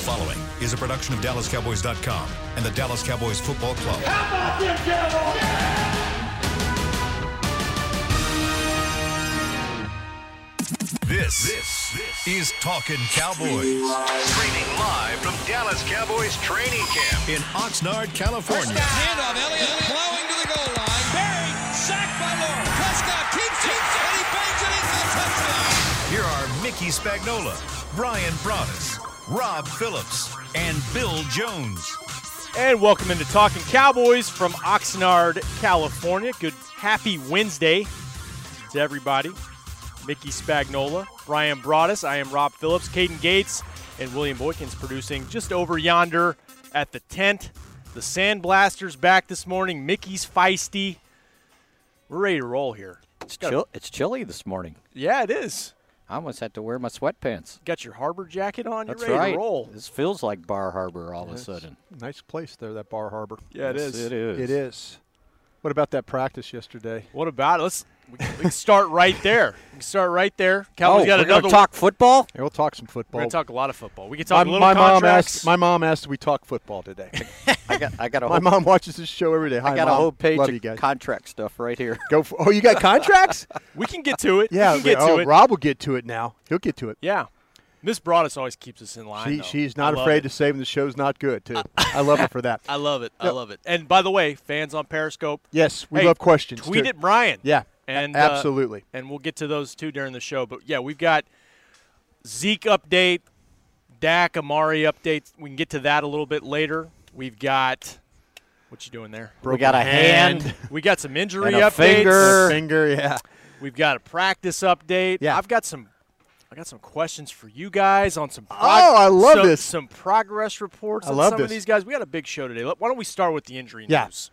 following is a production of DallasCowboys.com and the Dallas Cowboys Football Club. How about them Cowboys? This, this, is Talking Cowboys Streaming live from Dallas Cowboys training camp. in Oxnard, California. Handoff, Elliott plowing to the goal line. Buried, sacked by Lawrence. Prescott keeps it, and he bangs it into the touchdown. Here are Mickey Spagnola, Brian Broaddus, Rob Phillips, and Bill Jones. And welcome into Talking Cowboys from Oxnard, California. Good happy Wednesday to everybody. Mickey Spagnola, Brian Broaddus, I am Rob Phillips, Caden Gates, and William Boykins producing just over yonder at the tent. The Sandblasters back this morning. Mickey's feisty. We're ready to roll here. It's, chill, it's chilly this morning. Yeah, it is. I almost had to wear my sweatpants. Got your harbor jacket on. That's You're ready right. to roll. This feels like Bar Harbor all of a sudden. Nice place there, that Bar Harbor. Yeah, it Yes, is. It is. It is. What about that practice yesterday? What about it? Let's we, we can start right there. We can start right there. Cowboys oh, got we're gonna another talk football. Hey, we'll talk some We're football. gonna talk a lot of football. We can Oh. my talk a little my mom contracts. asked. My mom asked. We talk football today. I got I got a my whole, mom watches this show every day. Hi, I got mom. a whole page Love of you guys. contract stuff right here. Go for, oh, you got contracts? we can get to it. yeah. we can get oh, to it. Rob will get to it now. He'll get to it. Yeah, Miss Broadus always keeps us in line. She, though. she's I not love afraid it. to say when the show's not good too. I love her for that. I love it. I love it. And by the way, fans on Periscope, Yes, we hey, love questions. Tweet too. at Brian. Yeah, a- and uh, absolutely. and we'll get to those too during the show. But yeah, we've got Zeke update, Dak Amari updates. We can get to that a little bit later. We've got what you doing there? we got a hand. We got some injury And a updates. finger. Finger, yeah. We've got a practice update. Yeah. I've got some I got some questions for you guys on some prog- Oh, I love some, this. some progress reports I on love some of this. these guys. We got a big show today. Let- Why don't we start with the injury Yeah. news?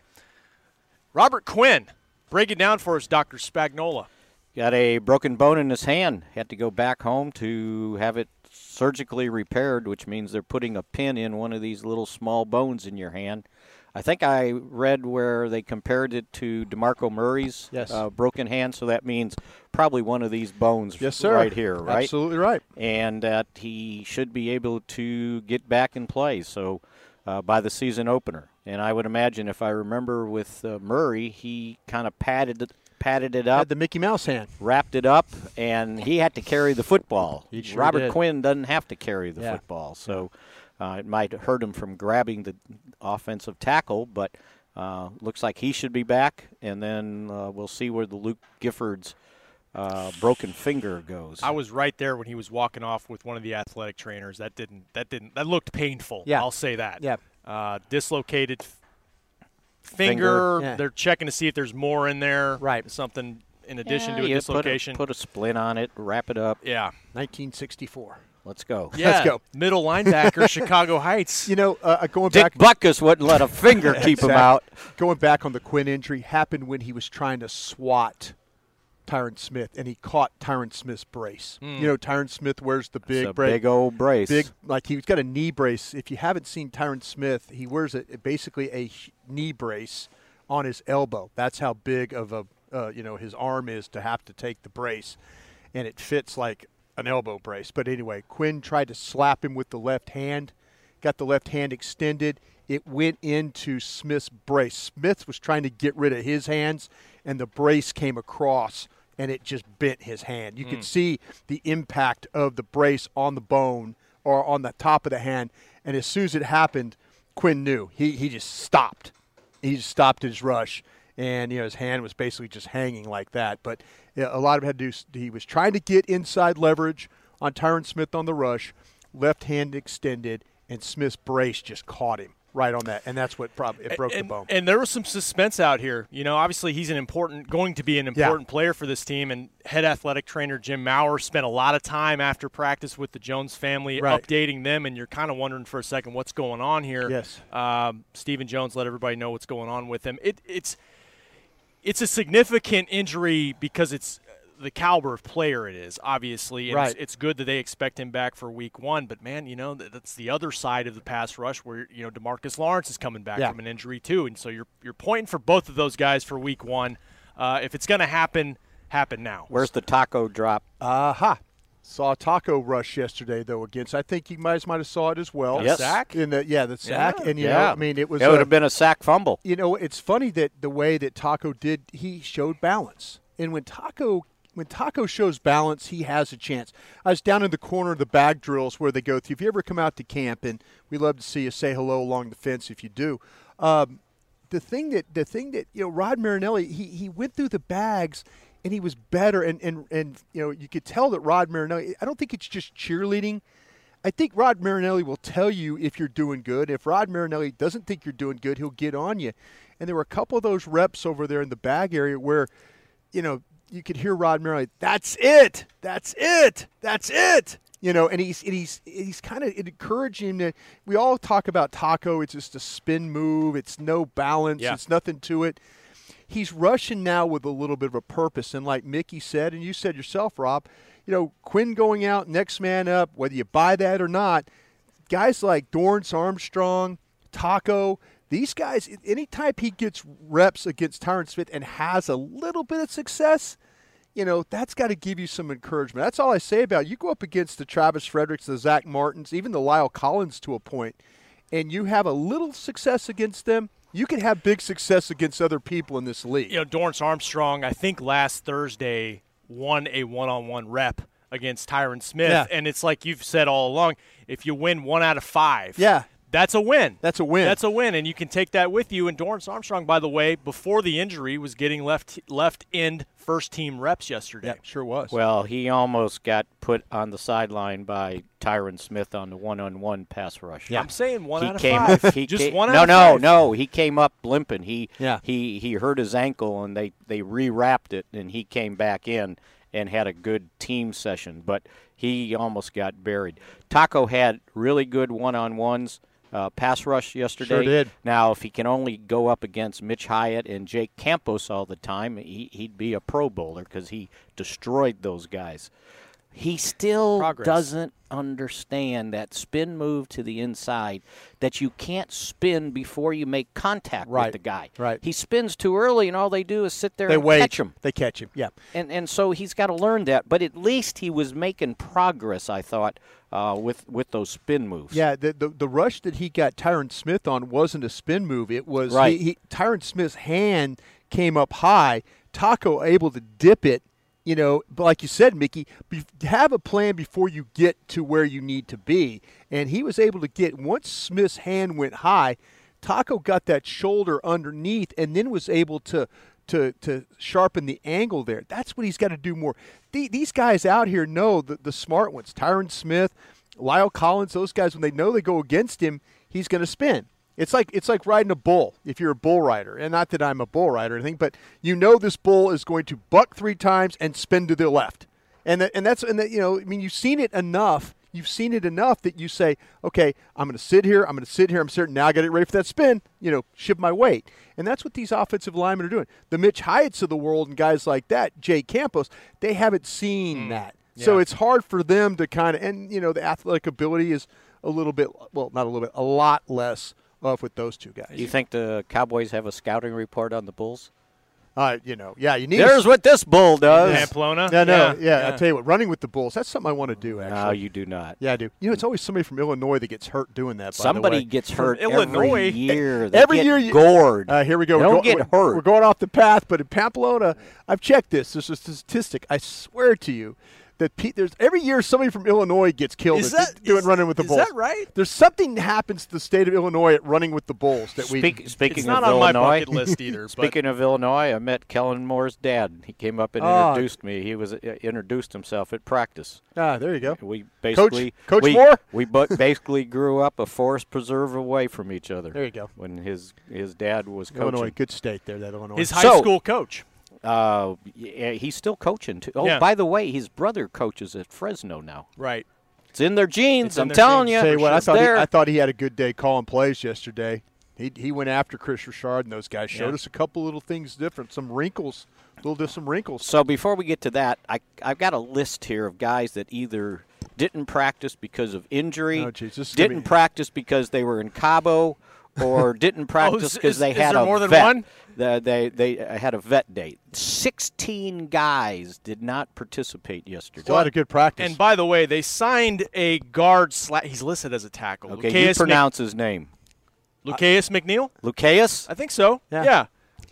Robert Quinn, break it down for us, Dr. Spagnola. Got a broken bone in his hand. Had to go back home to have it surgically repaired, which means they're putting a pin in one of these little small bones in your hand. I think I read where they compared it to DeMarco Murray's Yes. uh, broken hand, so that means probably one of these bones Yes, sir. right here, right? Absolutely right. and that he should be able to get back and play. So uh, by the season opener, and I would imagine if I remember with uh, Murray, he kind of padded it, padded it up, Had the Mickey Mouse hand. wrapped it up, and he had to carry the football. He sure Robert did. Quinn doesn't have to carry the Yeah. football, so uh, it might hurt him from grabbing the offensive tackle, but. Uh, looks like he should be back, and then uh, we'll see where the Luke Gifford's uh, broken finger goes. I was right there when he was walking off with one of the athletic trainers. That didn't that didn't that looked painful. Yeah. I'll say that. Yeah. Uh, dislocated f- finger. Finger. Yeah. They're checking to see if there's more in there. Right. Something in addition Yeah, to a you dislocation. Put a, put a splint on it, wrap it up. yeah. 1964. Let's go. Yeah. Let's go. Middle linebacker, Chicago Heights. You know, uh, going Dick back Buckus wouldn't let a finger keep him Exact- out. Going back on the Quinn injury, happened when he was trying to swat Tyron Smith, and he caught Tyron Smith's brace. You know, Tyron Smith wears the It's big Hmm. a brace. big old brace. Big, like he's got a knee brace. If you haven't seen Tyron Smith, he wears a, basically a h- knee brace on his elbow. That's how big of a, uh, you know, his arm is to have to take the brace. And it fits like an elbow brace. But anyway, Quinn tried to slap him with the left hand, got the left hand extended. It went into Smith's brace. Smith was trying to get rid of his hands, and the brace came across and it just bent his hand. You could see the impact of the brace on the bone or on the top of the hand. And as soon as it happened, Quinn knew. He, he just stopped. He just stopped his rush. And you know his hand was basically just hanging like that, but yeah, a lot of it had to do. He was trying to get inside leverage on Tyron Smith on the rush, left hand extended, and Smith's brace just caught him right on that, and that's what probably it broke and, the bone. and there was some suspense out here. You know, obviously he's an important, going to be an important player for this team. And head athletic trainer Jim Maurer spent a lot of time after practice with the Jones family, Right. updating them. And you're kind of wondering for a second what's going on here. Yes. Um, Stephen Jones let everybody know what's going on with him. It, it's it's a significant injury because it's uh, the caliber of player it is, obviously. And Right. it's, it's good that they expect him back for week one, but man, you know, th- that's the other side of the pass rush where, you know, Demarcus Lawrence is coming back Yeah. from an injury too. And so you're, you're pointing for both of those guys for week one. Uh, if it's going to happen, happen now. Where's the taco drop? Aha. Saw a taco rush yesterday though against. I think you guys might have saw it as well. Yes. Sack? In the yeah, the sack. And you know, I mean, it was. That would a- have been a sack fumble. you know, it's funny that the way that Taco did, he showed balance. And when Taco when Taco shows balance, he has a chance. I was down in the corner of the bag drills where they go through. If you ever come out to camp, and we love to see you say hello along the fence if you do. Um, the thing that the thing that you know, Rod Marinelli, he he went through the bags. And he was better, and, and, and you know you could tell that Rod Marinelli. I don't think it's just cheerleading. I think Rod Marinelli will tell you if you're doing good. If Rod Marinelli doesn't think you're doing good, he'll get on you. And there were a couple of those reps over there in the bag area where, you know, you could hear Rod Marinelli, "That's it, that's it, that's it." You know, and he's and he's he's kind of encouraging him to. We all talk about taco. It's just a spin move. It's no balance. Yeah. It's nothing to it he's rushing now with a little bit of a purpose. And like Mickey said, and you said yourself, Rob, you know, Quinn going out, next man up, whether you buy that or not, guys like Dorrance Armstrong, Taco, these guys, any type he gets reps against Tyron Smith and has a little bit of success, you know, that's got to give you some encouragement. That's all I say about it. You go up against the Travis Fredericks, the Zach Martins, even the Lyle Collins to a point, and you have a little success against them, you can have big success against other people in this league. you know, Dorrance Armstrong, I think last Thursday won a one on one rep against Tyron Smith. Yeah. And it's like you've said all along, if you win one out of five, Yeah. that's a win. That's a win. That's a win. And you can take that with you. And Dorrance Armstrong, by the way, before the injury, was getting left left end first team reps yesterday. sure was. Well, he almost got put on the sideline by Tyron Smith on the one-on-one pass rush. I'm saying one he out of came, five. He Just came- one no, out of no, five. no. He came up limping. He Yeah. he he hurt his ankle, and they they rewrapped it, and he came back in and had a good team session. But he almost got buried. Taco had really good one-on-ones. Uh, pass rush yesterday. Sure did. Now, if he can only go up against Mitch Hyatt and Jake Campos all the time, he, he'd be a Pro Bowler because he destroyed those guys. He still Progress. doesn't understand that spin move to the inside that you can't spin before you make contact Right, with the guy. right. He spins too early, and all they do is sit there they and wait. catch him. They catch him. Yeah. And and so he's got to learn that. But at least he was making progress, I thought, uh, with with those spin moves. Yeah, the, the the rush that he got Tyron Smith on wasn't a spin move. It was Right. he, he, Tyron Smith's hand came up high. Taco able to dip it. You know, but like you said, Mickey, be, have a plan before you get to where you need to be. And he was able to get once Smith's hand went high, Taco got that shoulder underneath, and then was able to. To, to sharpen the angle there. That's what he's got to do more. The, these guys out here know the, the smart ones. Tyron Smith, Lyle Collins, those guys, when they know they go against him, he's going to spin. It's like it's like riding a bull. If you're a bull rider, and not that I'm a bull rider or anything, but you know this bull is going to buck three times and spin to the left, and that, and that's and that, you know I mean you've seen it enough. You've seen it enough that you say, okay, I'm going to sit here. I'm going to sit here. I'm certain now. I got to get ready for that spin. You know, shift my weight, and that's what these offensive linemen are doing. The Mitch Hyatts of the world and guys like that, Jay Campos, they haven't seen that. So it's hard for them to kind of, and you know, the athletic ability is a little bit, well, not a little bit, a lot less off with those two guys. Do you think the Cowboys have a scouting report on the Bulls? uh, you know, yeah, you need. There's what this bull does. Pamplona. no, no, yeah, yeah. I tell you what, running with the Bulls, that's something I want to do. Actually, No, you do not. yeah, I do. You know, it's always somebody from Illinois that gets hurt doing that. By Somebody the way. gets hurt Illinois. every year. They Every get year, you, gored. Uh, here we go. They We're don't go- get we're- hurt. We're going off the path, but in Pamplona, I've checked this. There's a statistic. I swear to you that pe- there's every year somebody from Illinois gets killed Is at that- doing is- running with the is Bulls. that right? There's something that happens to the state of Illinois at running with the Bulls that we Speak, speaking it's not of on Illinois, my bucket list either. but speaking of Illinois, I met Kellen Moore's dad. He came up and Ah. introduced me. He was uh, introduced himself at practice. Ah, there you go. We basically Coach we, Moore? we bu- basically grew up a forest preserve away from each other. There you go. When his his dad was Illinois, coaching, good state there. That Illinois. his high So- school coach. uh, yeah, he's still coaching too. Oh, Yeah. by the way, his brother coaches at Fresno now. Right. It's in their genes. in I'm their telling genes, you. for Tell you what, I It's thought he, there. I thought he had a good day calling plays yesterday. He he went after Chris Richard and those guys. Showed Yeah. us a couple little things different, some wrinkles, little just some wrinkles. So before we get to that, I I've got a list here of guys that either didn't practice because of injury, Oh, geez, this is gonna didn't be- practice because they were in Cabo, or didn't practice is- because they is had there a more than vet. one? The- They, they uh, had a vet date. Sixteen guys did not participate yesterday. It's a lot of good practice. And by the way, they signed a guard slat. He's listed as a tackle. okay, you Lucaeus Mc- pronounce his name, Lucaeus McNeil? Lucaeus. I think so. Yeah. Yeah.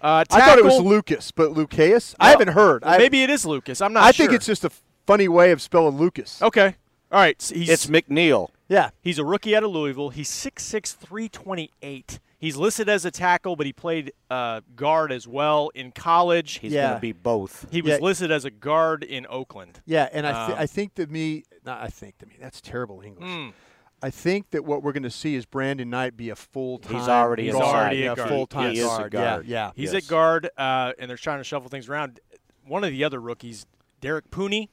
Uh, I thought it was tackle- Lucas, but Lucas. I haven't heard. I, Maybe it is Lucas. I'm not I sure. Oh. think it's just a funny way of spelling Lucas. Okay. All right. so he's, It's McNeil. Yeah. He's a rookie out of Louisville. He's 6'6", 328. He's listed as a tackle, but he played uh, guard as well in college. He's Yeah. going to be both. he was Yeah. listed as a guard in Oakland. Yeah, and I, Uh. th- I think that me, not I think that me, that's terrible English. Hmm. I think that what we're going to see is Brandon Knight be a full time. He's already a guard. already a yeah, guard. full time He is a guard. guard. Yeah, yeah. He's Yes. at guard, uh, and they're trying to shuffle things around. One of the other rookies, Derek Pooney,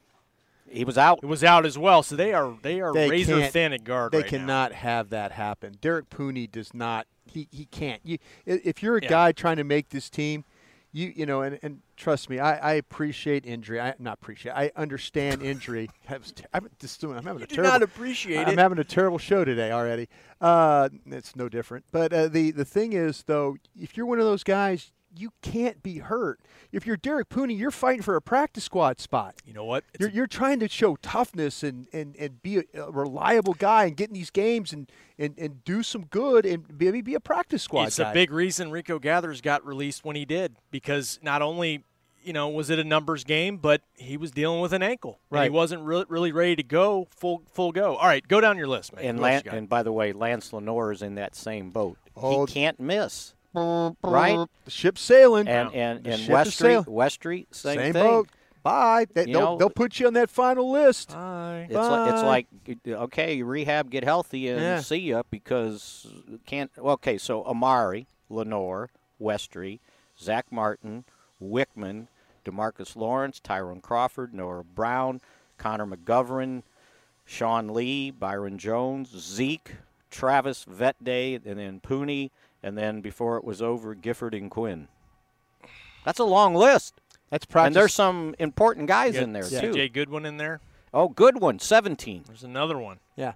He was out. was out as well. So they are they are They razor can't- thin at guard They right now. cannot have that happen. Derek Pooney does not. He he can't. You, i- if you're a Yeah. guy trying to make this team, you you know, and, and trust me, I, I appreciate injury. I not appreciate. I understand injury. I was ter- I'm just doing. I'm having a do terrible. not appreciate I'm it. having a terrible show today already. Uh, it's no different. But uh, the the thing is though, if you're one of those guys. You can't be hurt. If you're Derek Pooney, you're fighting for a practice squad spot. You know what? It's You're, you're trying to show toughness and, and, and be a, a reliable guy and get in these games and, and, and do some good and maybe be a practice squad It's guy. a big reason Rico Gathers got released when he did because not only you know was it a numbers game, but he was dealing with an ankle. and he Right. wasn't re- really ready to go full full go. All right, go down your list, man. And, Who else Lan- you got? and by the way, Lance Lenore is in that same boat. Oh. He can't miss, right? The ship's sailing. And and The and ship is Westry, sailing. Westry, same, Same thing. boat. Bye. They, You will know- Uh, they'll put you on that final list. It's like, it's Bye. like okay, rehab, get healthy, and Yeah. see ya because can't. Okay, so Amari, Lenore, Westry, Zach Martin, Wickman, Demarcus Lawrence, Tyrone Crawford, Noah Brown, Connor McGovern, Sean Lee, Byron Jones, Zeke, Travis Vet Day, and then Pooney, and then before it was over, Gifford and Quinn. That's a long list. That's And practice. there's some important guys You got in there CJ too. Goodwin in there. Oh, good one, 17. There's another one. yeah.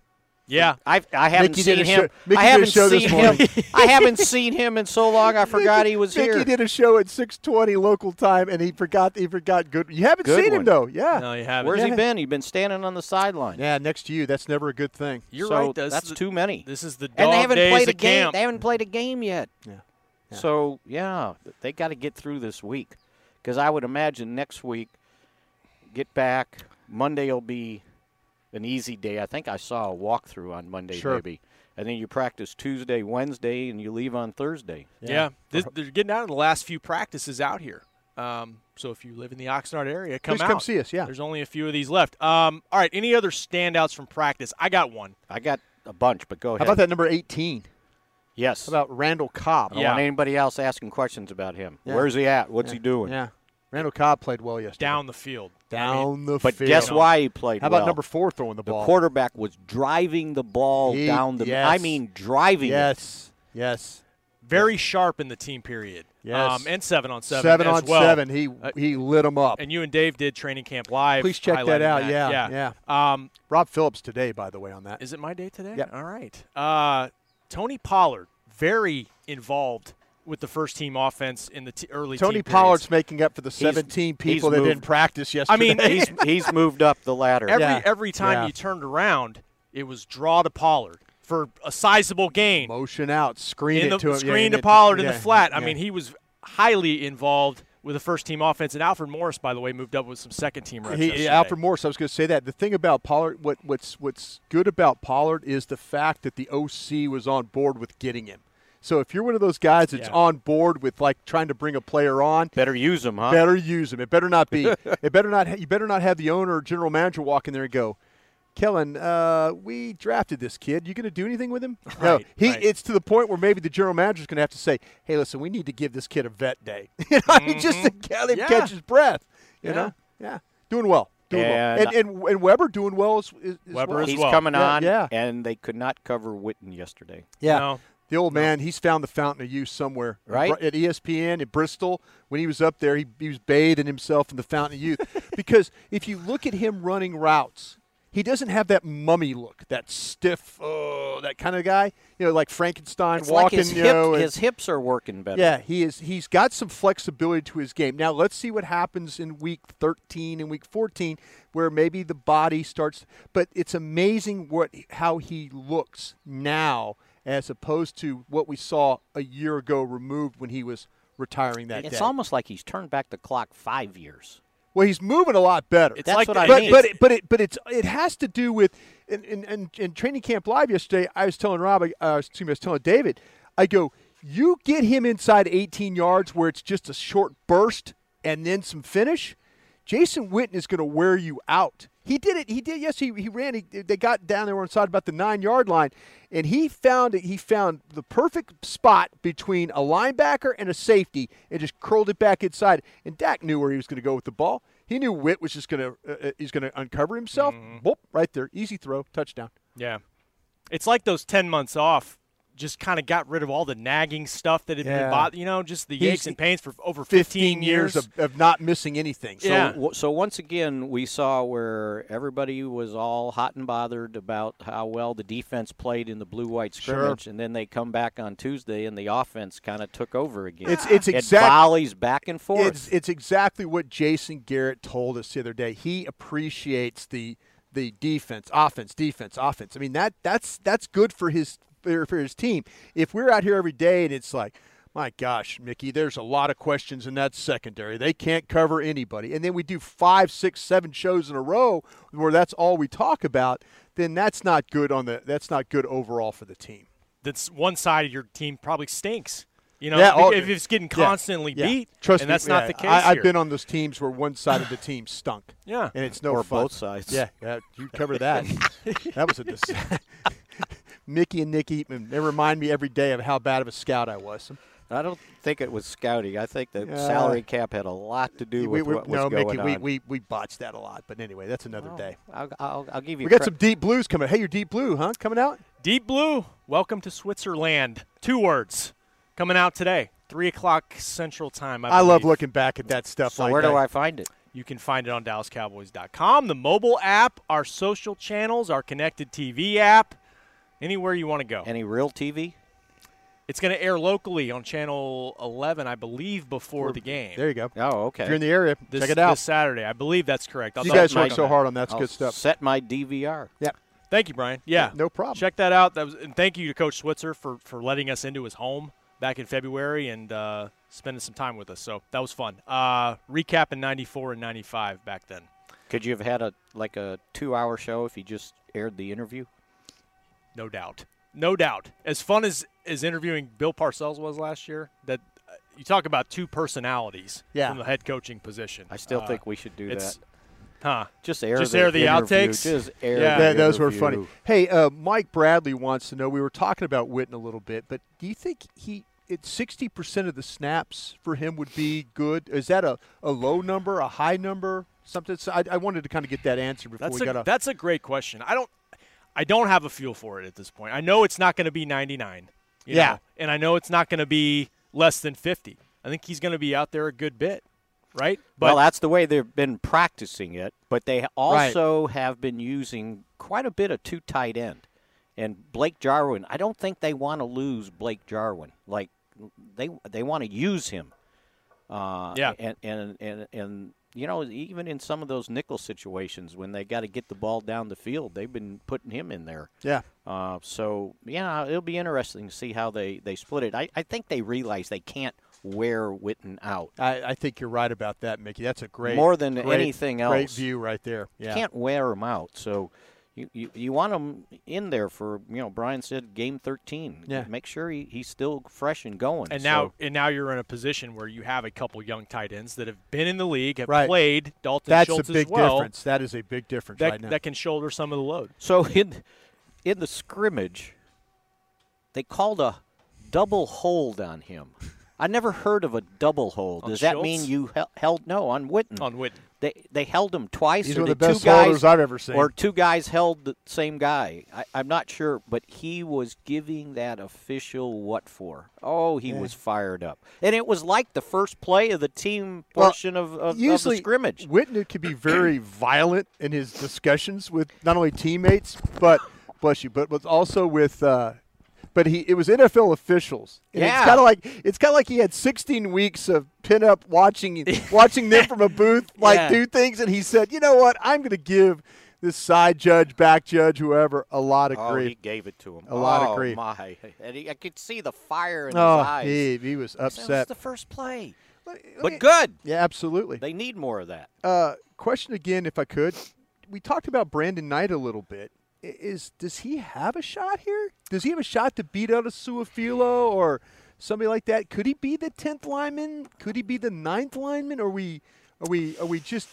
Yeah, I've, I haven't Mickey did seen a him. show- Mickey I did a haven't show this seen morning. him. I haven't seen him in so long. I forgot he was Mickey here. did a show at 6:20 local time, and he forgot. He forgot good. You haven't Good seen one. him though. Yeah. no, you haven't. Where's he Yeah. been? He's been standing on the sideline. Yeah. Next to you, that's never a good thing. You're So right. This that's is- too many. This is the dog and they haven't days of played a game. camp. They haven't played a game yet. Yeah. So yeah, they got to get through this week, because I would imagine next week, get back Monday will be an easy day. I think I saw a walkthrough on Monday Sure. maybe, and then you practice Tuesday, Wednesday, and you leave on Thursday. Yeah, This, they're getting out of the last few practices out here. Um, so if you live in the Oxnard area, come Please out. come see us, yeah. there's only a few of these left. Um, all right, any other standouts from practice? I got one. I got a bunch, but go How ahead. about that number 18? Yes. How about Randall Cobb? I don't Yeah. want anybody else asking questions about him. Yeah. Where's he at? What's he doing? Yeah. Randall Cobb played well yesterday. down the field. I mean, down the But field. guess why he played How about well? number four throwing the The ball? quarterback was driving the ball He- down the. yes. I mean, driving. it. Yes, yes. very sharp in the team period. Yes. Um, and seven on seven. Seven, as on well. Uh, seven. He he lit them up. And you and Dave did training camp live. Please check that highlighting out. that. Yeah, yeah, Um, Rob Phillips today, by the way, on that. is it my day today? Yep. All right. Uh, Tony Pollard, very involved with the first team offense in the t- early. Tony team periods. Pollard's making up for the He's- 17 he's people that moved. didn't practice I yesterday. mean, he's, He's moved up the ladder. every Yeah. every time Yeah. you turned around, it was draw to Pollard for a sizable gain. motion out, screen in it the to him. screen to yeah, it- Pollard in the yeah, flat. I yeah. mean, he was highly involved with the first team offense. And Alfred Morris, by the way, moved up with some second team reps. He, yesterday. Alfred Morris. I was going to say that. The thing about Pollard, what, what's what's good about Pollard is the fact that the OC was on board with getting him. So if you're one of those guys that's Yeah. on board with like trying to bring a player on, Better use him, huh? Uh-huh. better use them. It better not be. it better not. ha- You better not have the owner or general manager walk in there and go, "Kellen, uh, we drafted this kid. You going to do anything with him?" no. Right, He. right. It's to the point where maybe the general manager's going to have to say, "Hey, listen, we need to give this kid a vet day. you know, I mean, just to get him Mm-hmm. Yeah. catch his breath. You Yeah. know, yeah, doing well, doing And- well, and, and and Weber doing well as, as as Weber well. is- He's well. coming Yeah, on. yeah. And they could not cover Witten yesterday. yeah. No. The old man, he's found the fountain of youth somewhere. Right. At E ESPN in Bristol, when he was up there, he, he was bathed in himself in the fountain of youth. because if you look at him running routes, He doesn't have that mummy look, that stiff, uh, that kind of guy. You know, like Frankenstein It's like walking. his, you hip- know, and- his hips are working better. yeah, he is. He's got some flexibility to his game. Now let's see what happens in week 13 and week 14, where maybe the body starts. But it's amazing what how he looks now, as opposed to what we saw a year ago, removed when he was retiring that It's day. almost like he's turned back the clock five years. Well, he's moving a lot better. That's like what the- I but mean. but it, but it but it's it has to do with in in, in, in training camp live yesterday. I was telling Rob, I- uh, excuse me, I was telling David, I go, you get him inside 18 yards where it's just a short burst and then some finish. Jason Witten is going to wear you out. He did it. He did. Yes, he, he ran. He, they got down there inside about the nine yard line, and he found it. He found the perfect spot between a linebacker and a safety, and just curled it back inside. And Dak knew where he was going to go with the ball. He knew Witt was just going to uh, he's going to uncover himself. Mm-hmm. Whoop, right there, easy throw, touchdown. Yeah. It's like those 10 months off just kind of got rid of all the nagging stuff that had Yeah. been bothering, you know, just the He's- aches and pains for over 15, years. of, of not missing anything. So Yeah. So, w- so once again, we saw where everybody was all hot and bothered about how well the defense played in the blue-white scrimmage, and then they come back on Tuesday and the offense kind of took over again. It's- it's It exact- volleys back and forth. it's it's exactly what Jason Garrett told us the other day. He appreciates the the defense, offense, defense, offense. I mean that that's that's good for his for for his team. If we're out here every day and it's like, my gosh, Mickey, there's a lot of questions in that secondary. They can't cover anybody, and then we do five, six, seven shows in a row where that's all we talk about. Then that's not good on the that's not good overall for the team. that's one side of your team probably stinks. You know, Yeah, if- all- if it's getting yeah, constantly yeah. beat, Trust and me, that's not yeah, the case. I, I've here. been on those teams where one side of the team stunk. Yeah. and it's no Or fun. both sides. Yeah, yeah, you cover that. that was a dis- Mickey and Nick Eatman. They remind me every day of how bad of a scout I was. I don't think it was scouting. I think the Yeah. salary cap had a lot to do We, with we, what was no, going Mickey, on. Oh, we, we we botched that a lot. But anyway, that's another day. I'll, I'll, I'll give you. We got cre- some deep blues coming. Hey, your deep blue, huh? Coming out? Deep Blue, welcome to Switzerland. Two words coming out today, 3 o'clock Central Time. I, I love believe. looking back at that stuff. So like where that. do I find it? You can find it on DallasCowboys.com, the mobile app, our social channels, our connected TV app, anywhere you want to go. Any real TV? It's going to air locally on Channel 11, I believe, before the game. There you go. Oh, okay. If you're in the area, This, check it out. this Saturday. I believe that's correct. I'll you double guys check work on so that. hard on that. That's I'll good stuff. Set my DVR. yeah. Thank you, Brian. Yeah, No problem. Check that out. That was, and thank you to Coach Switzer for for letting us into his home back in February and uh, spending some time with us. So that was fun. Uh, recap in '94 and '95 back then. Could you have had a like a two-hour show if you just aired the interview? No doubt. No doubt. As fun as, as interviewing Bill Parcells was last year, that uh, you talk about two personalities Yeah. from the head coaching position. I still Uh, think we should do it's, that. Huh. Just air just the air the interview. outtakes? Just Yeah. air. the Th- That, those were funny. interview. Hey, uh, Mike Bradley wants to know. We were talking about Witten a little bit, but do you think he it's sixty percent of the snaps for him would be good? Is that a, a low number, a high number, something? So I, I wanted to kind of get that answer before That's we a, got a. that's a great question. I don't I don't have a feel for it at this point. I know it's not going to be 99. you Yeah. know, and I know it's not going to be less than 50. I think he's going to be out there a good bit, right? well, that's the way they've been practicing it, but they also have been using quite a bit of two tight end. And Blake Jarwin, I don't think they want to lose Blake Jarwin. Like they they want to use him. Uh, Yeah. And and and and you know, even in some of those nickel situations when they got to get the ball down the field, they've been putting him in there. yeah, Uh, so yeah, it'll be interesting to see how they they split it. I, I think they realize they can't wear Witten out. I, I think you're right about that, Mickey. That's a great More than great- anything Great else. view right there. Yeah. can't wear them out. So you, you, you want him in there for, you know, Brian said game 13. Yeah. Make sure he, he's still fresh and going. and now So and now you're in a position where you have a couple young tight ends that have been in the league, have Right. played Dalton that's Schultz a big as well. difference. That is a big difference That, right now. that can shoulder some of the load. so in, in the scrimmage, they called a double hold on him. I never heard of a double hold. On Does that Schultz? mean you hel- held no on Witten? On Witten. They they held him twice. These or were the did two best holders guys- I've ever seen. Or two guys held the same guy. I, I'm not sure, but he was giving that official what for? Oh, he was fired up, and it was like the first play of the team Well, portion of, of, of usually the scrimmage. Whitney can be very violent in his discussions with not only teammates, but bless you, but was also with. Uh, but he, it was NFL officials. And Yeah. it's kind of like it's kind of like he had 16 weeks of pinup watching watching them from a booth like Yeah. do things, and he said, you know what, I'm going to give this side judge, back judge, whoever, a lot of Oh, grief. he gave it to him. A lot of oh, grief. My, and he, I could see the fire in Oh, his eyes. he, he was That upset. was the first play, Let me- let me- but good. Yeah, absolutely. They need more of that. Uh, question again, if I could. We talked about Brandon Knight a little bit. I- Is does he have a shot here? Does he have a shot to beat out a Suafilo or somebody like that? Could he be the tenth lineman? Could he be the ninth lineman? Are we are we are we just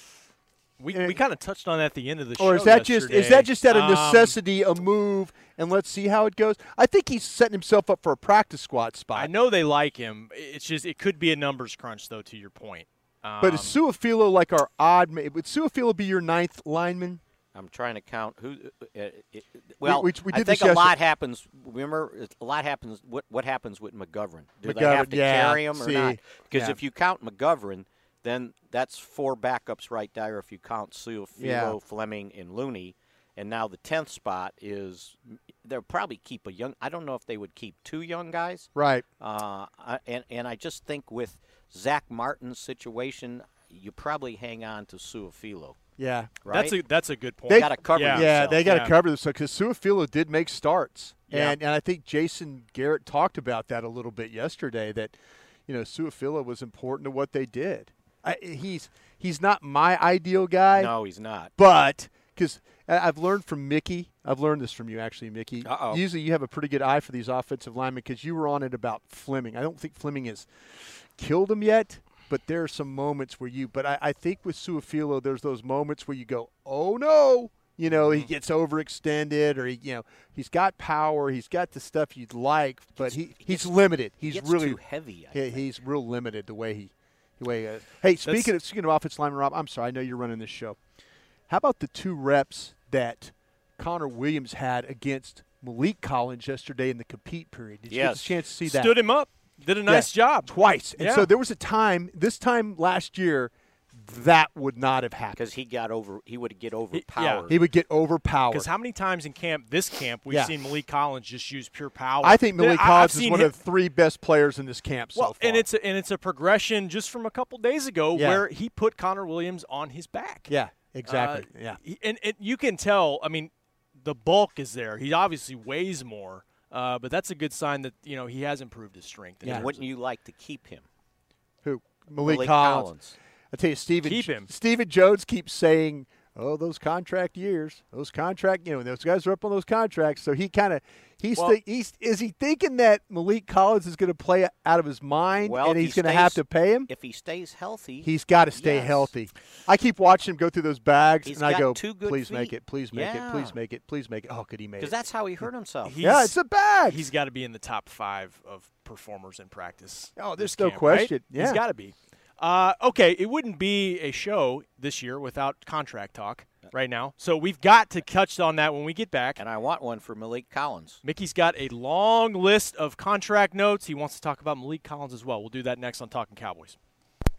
We, Uh, we kind of touched on that at the end of the show. or is that just is that just out of yesterday. Um, necessity a move and let's see how it goes? I think he's setting himself up for a practice squad I spot. know they like him. It's just it could be a numbers crunch, though. To your point, um, But is Suafilo like our odd? ma- Would Suafilo be your ninth lineman? I'm trying to count who. Uh, uh, it- well, we- we I did this think a lot yesterday. happens. Remember, it- a lot happens. What what happens with McGovern? Do they McGovern, have to yeah, carry him or see, not? Because yeah. if you count McGovern, then that's four backups right there. If you count Sue, Filo, Yeah. Fleming, and Looney, and now the tenth spot is they'll probably keep a young. I don't know if they would keep two young guys. Right. Uh, I- and and I just think with Zach Martin's situation, you probably hang on to Suafilo. Yeah. Right? that's a that's a good point. They- Gotta cover yeah. by Yeah, himself. they got to Yeah. cover this because Suafilo did make starts, Yeah. and and I think Jason Garrett talked about that a little bit yesterday. That you know Suafilo was important to what they did. I, he's he's not my ideal guy, No, he's not. but because I've learned from Mickey, I've learned this from you actually, Mickey. Uh-oh. Usually you have a pretty good eye for these offensive linemen because you were on it about Fleming. I don't think Fleming has killed him yet. But there are some moments where you, but I, I think with Suafilo, there's those moments where you go, oh no, you know, Mm-hmm. he gets overextended or he, you know, he's got power, he's got the stuff you'd like, but he, he's limited. He's gets really too heavy, I he- he's real limited the way he, the way. Uh, hey, speaking of speaking of offensive lineman, Rob, I'm sorry, I know you're running this show. How about the two reps that Connor Williams had against Malik Collins yesterday in the compete period? Did you get Yes. the chance to see that? stood him up, did a Yeah, nice job. twice. And so Yeah. there was a time this time last year that would not have happened. because he got over he would get He- overpowered. He would get overpowered. Because how many times in camp, this camp, we've Yeah. seen Malik Collins just use pure power? I think Malik I- I've Collins is seen one him- of the three best players in this camp so well, far. and it's a, and it's a progression just from a couple days ago Yeah. where he put Connor Williams on his back. yeah, Uh, exactly. yeah. he- and, and you can tell. I mean, the bulk is there. He obviously weighs more, uh, but that's a good sign that you know he has improved his strength. in Yeah. terms Wouldn't of- you like to keep him? Who? Malik, Malik Collins. Collins. I tell you, Steven, Keep him. Steven Jones keeps saying, "Oh, those contract years, those contract, you know, those guys are up on those contracts." So he kind of he's, Well- thi- he's is he thinking that Malik Collins is going to play out of his mind Well, and if he's he going to have stays- to pay him? If he stays healthy, He's got to stay Yes. healthy. I keep watching him go through those bags, He's and I got go, two good "Please make feet." it, please make it, please Yeah. make it, please make it." Oh, could he make because it? that's how he hurt himself. He- yeah, he's- it's a bag. He's got to be in the top five of performers in practice. Oh, this there's no camp, right? question. Yeah. he's got to be. Uh, okay, it wouldn't be a show this year without contract talk right now. So we've got to touch on that when we get back. and I want one for Malik Collins. Mickey's got a long list of contract notes. He wants to talk about Malik Collins as well. We'll do that next on Talking Cowboys.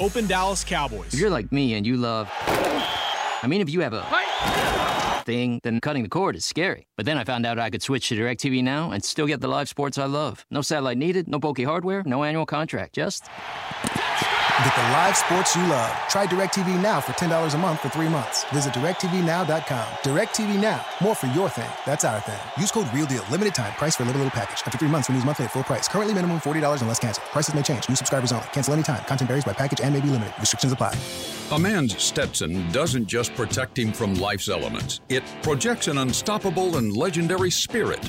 Open Dallas Cowboys. If you're like me and you love. I mean, if you have a thing, then cutting the cord is scary. But then I found out I could switch to DirecTV Now and still get the live sports I love. No satellite needed, no bulky hardware, no annual contract, just. Get the live sports you love. Try DirecTV Now for $10 a month for three months. Visit DirecTVNow.com. DirecTV Now. More for your thing. That's our thing. Use code REALDEAL. Limited time. Price for a little, little package. After three months, renews monthly at full price. Currently minimum $40 unless canceled. Prices may change. New subscribers only. Cancel anytime. Content varies by package and may be limited. Restrictions apply. A man's Stetson doesn't just protect him from life's elements, it projects an unstoppable and legendary spirit,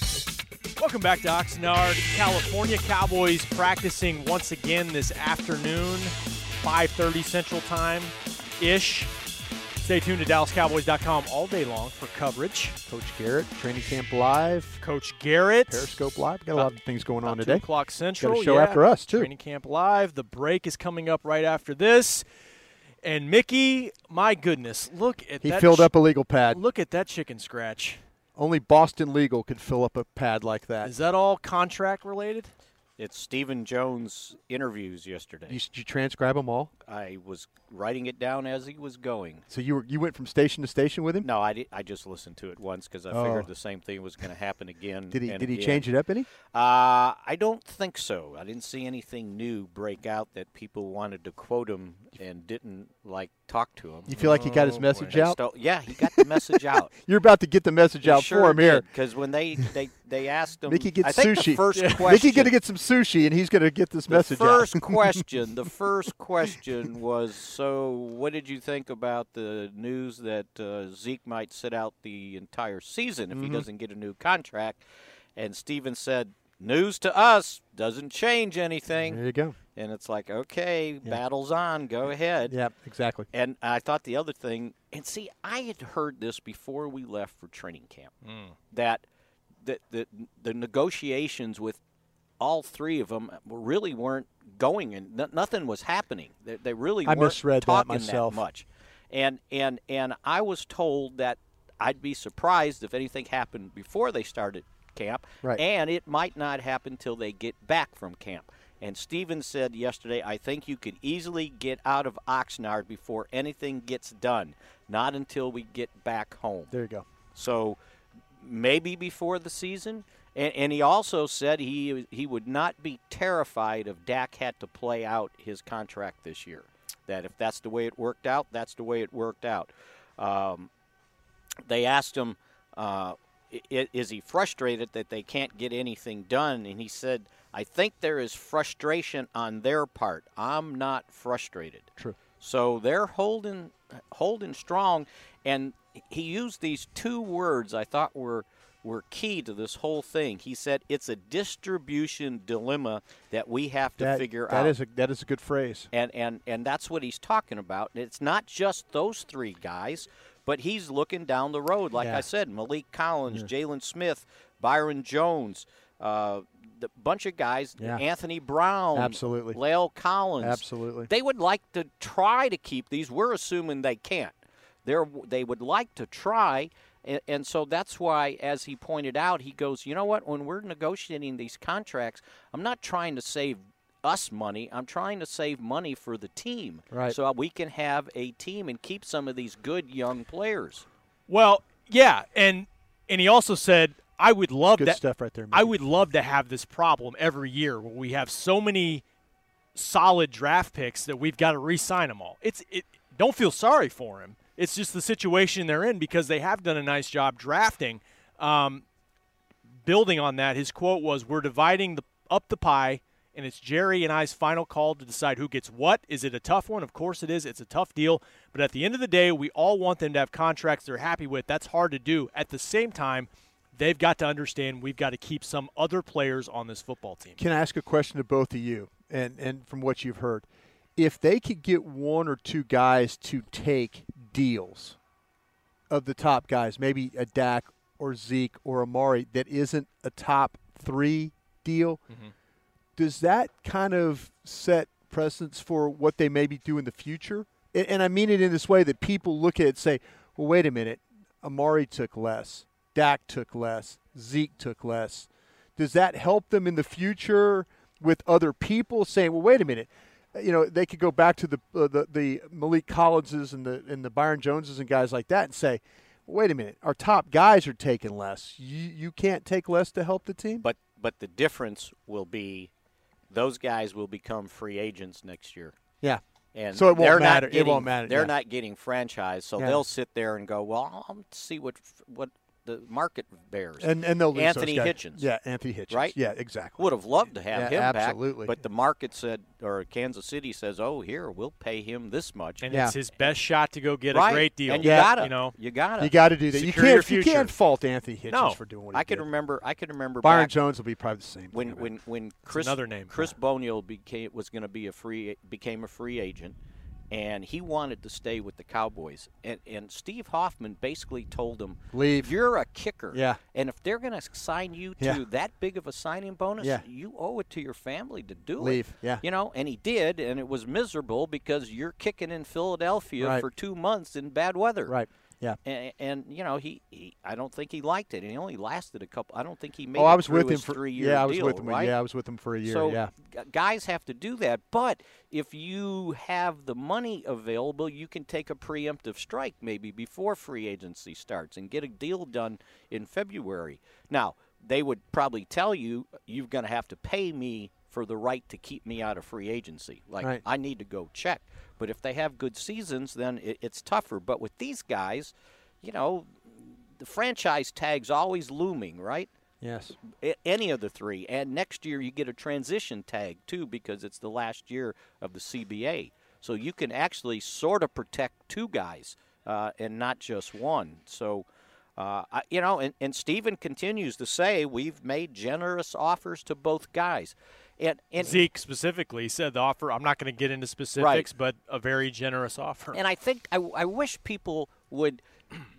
Welcome back to Oxnard, California. Cowboys practicing once again this afternoon, 5:30 Central Time, ish. Stay tuned to DallasCowboys.com all day long for coverage. Coach Garrett, training camp live, Coach Garrett, Periscope live. Got a lot of things going on About today. Two o'clock Central. Got a show yeah. after us, too. Training camp live. The break is coming up right after this. And Mickey, my goodness, look at He that. filled chi- up a legal pad. Look at that chicken scratch. Only Boston Legal could fill up a pad like that. Is that all contract related? It's Stephen Jones' interviews yesterday. You, did you transcribe them all? I was writing it down as he was going. So you were you went from station to station with him? No, I, did, I just listened to it once because I Oh. figured the same thing was going to happen again. Did he and did he again. change it up any? Uh, I don't think so. I didn't see anything new break out that people wanted to quote him and didn't like talk to him. You feel like he got his message They out? stole- yeah, he got the message out. You're about to get the message out for him here. because when they, they they asked him, Mickey gets I think sushi. The first question, Mickey gonna get some sushi and he's gonna get this the message first out. question. The first question was, so what did you think about the news that uh, Zeke might sit out the entire season if he doesn't get a new contract? And Steven said, news to us doesn't change anything. there you go. And it's like, okay, battle's on. Go ahead. Yeah, exactly. And I thought the other thing, and see, I had heard this before we left for training camp, Mm. that the, the the negotiations with all three of them really weren't going, and no- nothing was happening. They, they really I weren't misread that talking myself. much. And and and I was told that I'd be surprised if anything happened before they started camp, Right. and it might not happen till they get back from camp. And Steven said yesterday, I think you could easily get out of Oxnard before anything gets done, not until we get back home. There you go. So maybe before the season. And, and he also said he he would not be terrified if Dak had to play out his contract this year. That if that's the way it worked out, that's the way it worked out. Um, they asked him, uh, i- i- "Is he frustrated that they can't get anything done?" And he said, "I think there is frustration on their part. I'm not frustrated." True. So they're holding holding strong, and he used these two words I thought were were key to this whole thing. He said, "It's a distribution dilemma that we have to That- figure out." that is a that is a good phrase. and and and that's what he's talking about. And it's not just those three guys, but he's looking down the road. Like Yeah. I said, Malik Collins, Jalen Smith, Byron Jones, uh, the bunch of guys. Yeah. Anthony Brown, Absolutely. Lale Collins, Absolutely. They would like to try to keep these. We're assuming they can't. They're, they would like to try. And, and so that's why, as he pointed out, he goes, you know what? When we're negotiating these contracts, I'm not trying to save us money. I'm trying to save money for the team. Right. So we can have a team and keep some of these good young players. Well, yeah, and and he also said I would love Good that stuff right there, I Mickey. would love to have this problem every year where we have so many solid draft picks that we've got to re-sign them all. It's it. Don't feel sorry for him. It's just the situation they're in because they have done a nice job drafting. Um, building on that, his quote was, "We're dividing the, up the pie, and it's Jerry and I's final call to decide who gets what. Is it a tough one? Of course it is. It's a tough deal, but at the end of the day, we all want them to have contracts they're happy with. That's hard to do. At the same time, they've got to understand we've got to keep some other players on this football team. Can I ask a question to both of you and, and from what you've heard? If they could get one or two guys to take deals of the top guys, maybe a Dak or Zeke or Amari that isn't a top three deal, Mhm. does that kind of set precedence for what they maybe do in the future? And, and I mean it in this way that people look at it and say, well, wait a minute, Amari took less, Dak took less, Zeke took less. Does that help them in the future with other people saying, well, wait a minute? Uh, You know, they could go back to the uh, the, the Malik Collinses and the and the Byron Joneses and guys like that and say, wait a minute, our top guys are taking less. You you can't take less to help the team. But but the difference will be those guys will become free agents next year. Yeah. And So it won't they're not matter- it getting- won't matter, They're yeah. not getting franchised, so Yeah. they'll sit there and go, "Well, I'll see what what the market bears." And- and they'll lose those Anthony guys. Hitchens. Yeah, Anthony Hitchens. Right. Yeah, exactly. Would have loved to have Yeah, him back. absolutely. But the market said, or Kansas City says, "Oh, here we'll pay him this much," And it's his best shot to go get Right. a great deal. And you yeah. gotta, you know, you gotta, You gotta do that. You Secure your can't- you future. can't fault Anthony Hitchens no. for doing what I he could did. remember. I could remember. Byron back Jones will be probably the same. when when when Chris another name. Chris Boniel became was going to be a free became a free agent, and he wanted to stay with the Cowboys. And and Steve Hoffman basically told him, Leave. You're a kicker. Yeah. And if they're going to sign you to Yeah. that big of a signing bonus, Yeah. you owe it to your family to do Leave. it. Yeah. You know. And he did, and it was miserable because you're kicking in Philadelphia Right. for two months in bad weather. Right. Yeah. And, and you know he, he, I don't think he liked it. And he only lasted a couple. I don't think he made. oh, it I was through with him his for three-year yeah, I was deal, with him. Right? Yeah, I was with him for a year. So yeah, g- guys have to do that. But if you have the money available, you can take a preemptive strike maybe before free agency starts and get a deal done in February. Now, they would probably tell you you're going to have to pay me for the right to keep me out of free agency. Like Right. I need to go check. But if they have good seasons, then it, it's tougher. But with these guys, you know, the franchise tag's always looming, right? Yes. A- Any of the three. And next year you get a transition tag too because it's the last year of the CBA. So you can actually sort of protect two guys uh, and not just one. So, uh, I, you know, and, and Steven continues to say we've made generous offers to both guys. And, and Zeke specifically said the offer. I'm not going to get into specifics, but a very generous offer. And I think I, I wish people would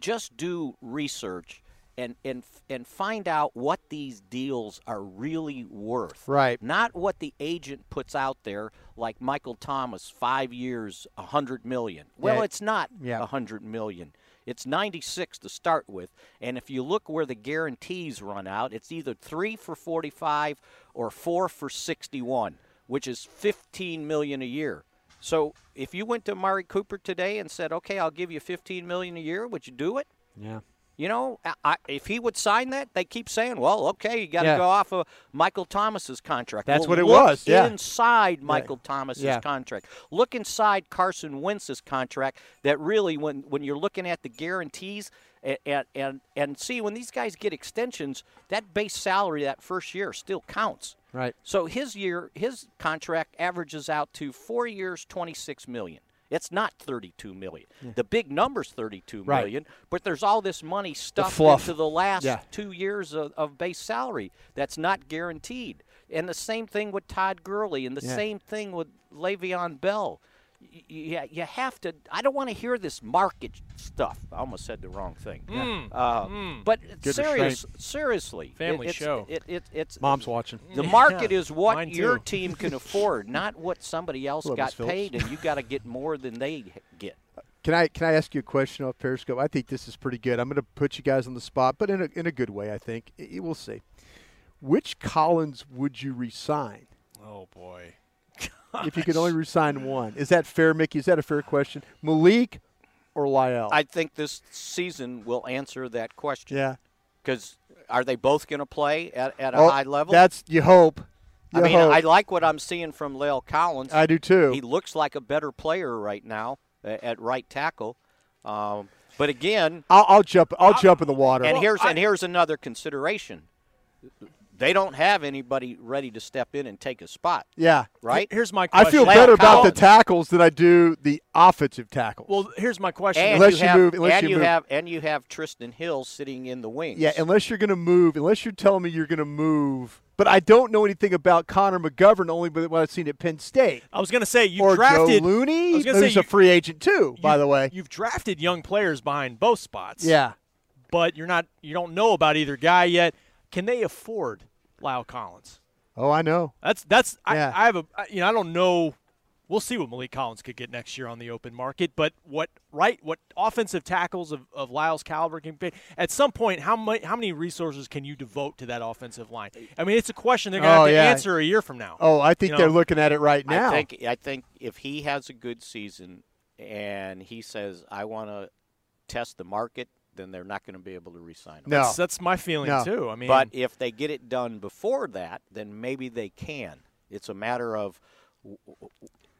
just do research and and and find out what these deals are really worth. Right. Not what the agent puts out there, like Michael Thomas, five years, a hundred million. Well, Yeah. it's not Yeah. a hundred million. It's 96 to start with, and if you look where the guarantees run out, it's either three for 45 or four for 61, which is 15 million a year. So if you went to Mari Cooper today and said, "Okay, I'll give you 15 million a year," would you do it? yeah. You know, I, I, if he would sign that, they keep saying, "Well, okay, you got to Yeah. go off of Michael Thomas's contract." That's Well, what it look was, yeah. Inside Michael Thomas's Yeah. contract, look inside Carson Wentz's contract. That really, when when you're looking at the guarantees and and and, and see when these guys get extensions, that base salary that first year still counts. Right. So his year, his contract averages out to four years, twenty-six million. It's not thirty-two million. The big number's thirty-two Right. million, but there's all this money stuffed fluff. into the last Yeah. two years of, of base salary that's not guaranteed. And the same thing with Todd Gurley, and the Yeah. same thing with Le'Veon Bell. Y- Yeah, you have to. I don't want to hear this market stuff. I almost said the wrong thing. Mm. Uh, Mm. But Good serious, restraint. seriously, it- Family it's- show. It, it, it's Mom's watching. the Yeah, market is mine what your too. team can afford, not what somebody else Hello, Miss got Phillips. paid, and you got to get more than they get. Can I can I ask you a question off Periscope? I think this is pretty good. I'm going to put you guys on the spot, but in a in a good way. I think I- I- we'll see. Which Collins would you resign oh boy. if you could only resign one? Is that fair, Mickey? Is that a fair question? Malik or Lyle? I think this season will answer that question. yeah. Because are they both going to play at, at a Oh, high level? That's you hope. I You mean, hope. I like what I'm seeing from Lale Collins. I do too. He looks like a better player right now uh, at right tackle. Um, but again, I'll, I'll jump. I'll jump in the water. and here's and here's another consideration. They don't have anybody ready to step in and take a spot. yeah. Right? Here's my I feel question. better about the Collins. tackles than I do the offensive tackles. Well, here's my question. And Unless you you have, move- unless and you you move. have and you have Tristan Hill sitting in the wings. Yeah, unless you're going to move, unless you're telling me you're going to move. But I don't know anything about Connor McGovern only but what I've seen at Penn State. I was going to say you or drafted Joe Looney, I was going to say who's a you, free agent too, by the way. you've drafted young players behind both spots. Yeah. but you're not you don't know about either guy yet. Can they afford Lyle Collins? Oh, I know. That's that's Yeah. I, I have a I- you know I don't know. We'll see what Malik Collins could get next year on the open market, but what right what offensive tackles of, of Lyle's caliber can pick at some point how much how many resources can you devote to that offensive line? I mean, it's a question they're gonna Oh, have to yeah. answer a year from now. Oh, I think You know? they're looking at it right now. I think I think if he has a good season and he says I want to test the market, then they're not going to be able to resign him. No. That's- that's my feeling, No. too. I mean- but if they get it done before that, then maybe they can. It's a matter of w- w-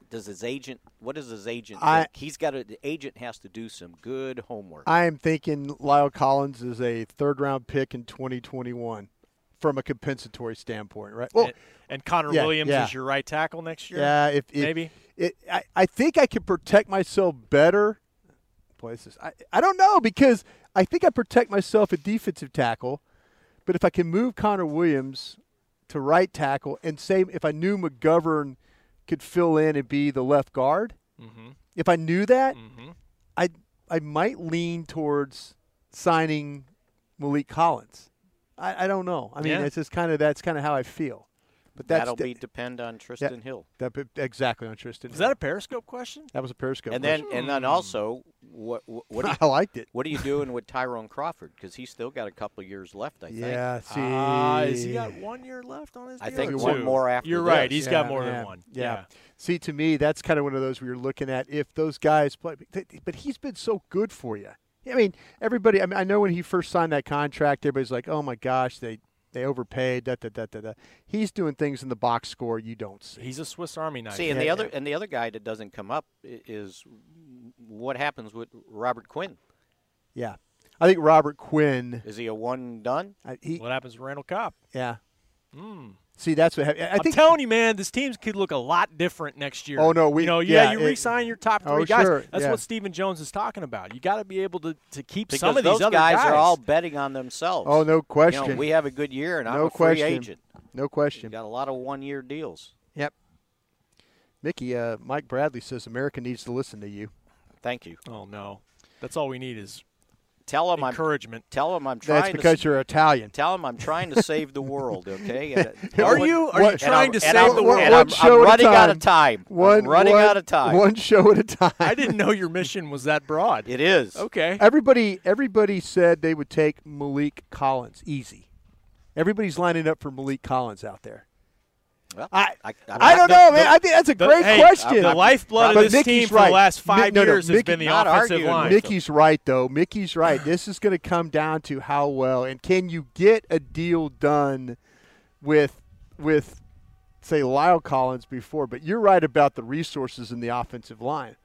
does his agent? What does his agent? I- think? He's got to. The agent has to do some good homework. I am thinking Lyle Collins is a third round pick in 2021 from a compensatory standpoint, right? Well, and, and Connor Oh. yeah, Williams yeah. is your right tackle next year. Yeah, if, if maybe it, I, I think I could protect myself better. Places I I don't know because I think I protect myself at defensive tackle, but if I can move Connor Williams to right tackle and say if I knew McGovern could fill in and be the left guard, Mhm. if I knew that, Mm-hmm. I I might lean towards signing Malik Collins. I, I don't know. I mean, Yeah. it's just kind of that's kind of how I feel. But that's That'll the- be depend on Tristan that- Hill. That, exactly on Tristan. Is Hill. that a Periscope question? That was a Periscope. And then, question. and then also, what what, what do you, I liked it. What are you doing with Tyrone Crawford? Because he's still got a couple years left. I think. Yeah, see. Ah, has he got one year left on his I deal think or one two? more after You're right. this. He's got more than one. Yeah. See, to me, that's kind of one of those where you're looking at if those guys play. but- But he's been so good for you. I mean, everybody. I mean, I know when he first signed that contract, everybody's like, "Oh my gosh, they they overpaid." Da da da da da. He's doing things in the box score you don't see. He's a Swiss Army knife. See, and the Yeah, other and the other guy that doesn't come up i- is what happens with Robert Quinn. Yeah, I think Robert Quinn. Is he a one and done? what happens to Randall Cobb? Yeah. Mm. See, that's what hap- I I'm think. telling you, man, this team could look a lot different next year. Oh, no, we- you know, yeah, yeah, you it- re-sign your top three Oh, guys. sure, That's yeah. what Stephen Jones is talking about. You got to be able to, to keep Because some of those these other guys, guys, are all betting on themselves. Oh, no You know, question. we have a good year, and I'm No a free question. agent. No question. Got a lot of one-year deals. Yep. Mickey, uh, Mike Bradley says America needs to listen to you. Thank you. Oh no, that's all we need is tell them encouragement. I'm, tell them I'm trying. That's to because s- you're Italian. Tell them I'm trying to save the world. Okay. And, uh, Are and you- I'm- are you and trying I'm- to and save I'm- the world? And I'm, I'm One show at a running out of time. time. I'm One- running one- out of time. one show at a time. I didn't know your mission was that broad. It is. Okay. Everybody, everybody said they would take Malik Collins easy. Everybody's lining up for Malik Collins out there. Well, I, I, I don't know, man. I think that's a the- great hey, question. the lifeblood of But this Mickey's team for the right. last Mi- five no, no, years has Mickey- been the not offensive arguing. line. Mickey's right, though. Mickey's right. This is going to come down to how well and can you get a deal done with with say Lyle Collins before. But you're right about the resources in the offensive line.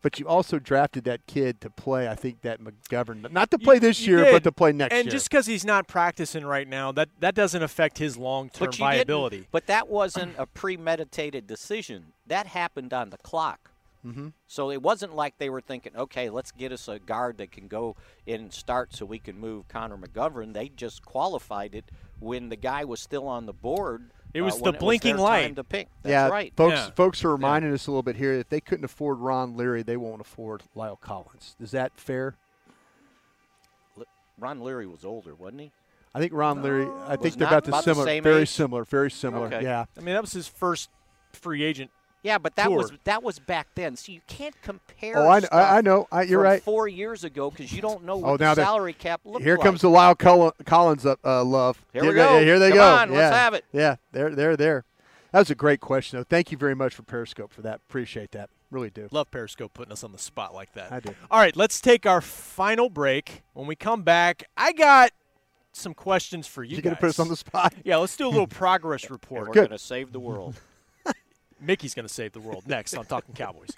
But you also drafted that kid to play. I think that McGovern, not to play You- this you year, did. but to play next and year. just because he's not practicing right now, that, that doesn't affect his long term you didn't- viability. But that wasn't a premeditated decision. That happened on the clock. Mm-hmm. Mhm. So it wasn't like they were thinking, okay, let's get us a guard that can go in and start so we can move Connor McGovern. They just qualified it when the guy was still on the board. uh, It was when the their blinking time light. to pick. That's yeah, right. folks. Folks are reminding us a little bit here that if they couldn't afford Ron Leary, they won't afford Lyle Collins. Is that fair? L- Ron Leary was older, wasn't he? I think Ron Leary. I Was think they're not about the about the similar, same very age? similar, very similar. Okay. Yeah. I mean, that was his first free agent. Yeah, but that Tour. was that was back then. So you can't compare. Oh, I kn- I- stuff I know. I- you're from right. Four years ago, because you don't know what Oh, the now they're- salary cap looked Here like. comes the Lyle Col- Collins up, uh, love. Here Here we they- go. yeah, Here they Come go. on, let's Yeah. have it. Yeah, they're they're there. That was a great question, though. Thank you very much for Periscope for that. Appreciate that. Really do. Love Periscope putting us on the spot like that. I do. All right, let's take our final break. When we come back, I got some questions for you. You're gonna put us on the spot? Yeah, let's do a little progress report. We're going to save the world. Mickey's going to save the world next on Talking Cowboys.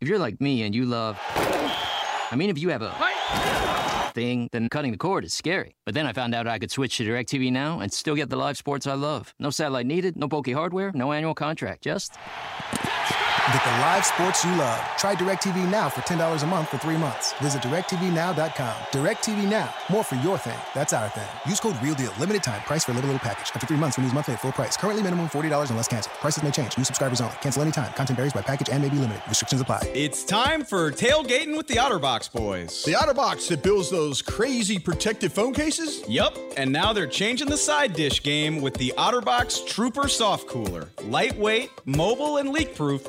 If you're like me and you love I mean, if you have a thing, then cutting the cord is scary. But then I found out I could switch to DirecTV Now and still get the live sports I love. No satellite needed, no bulky hardware, no annual contract, just Get the live sports you love. Try DirecTV Now for $10 a month for three months. Visit DirecTVNow.com. DirecTV Now. More for your thing. That's our thing. Use code REALDEAL. Limited time. Price for a little, little package. After three months, renews monthly at full price. Currently minimum $40 unless canceled. Prices may change. New subscribers only. Cancel anytime. Content varies by package and may be limited. Restrictions apply. It's time for tailgating with the Otterbox boys. The Otterbox that builds those crazy protective phone cases? Yep, and now they're changing the side dish game with the Otterbox Trooper Soft Cooler. Lightweight, mobile, and leak proof,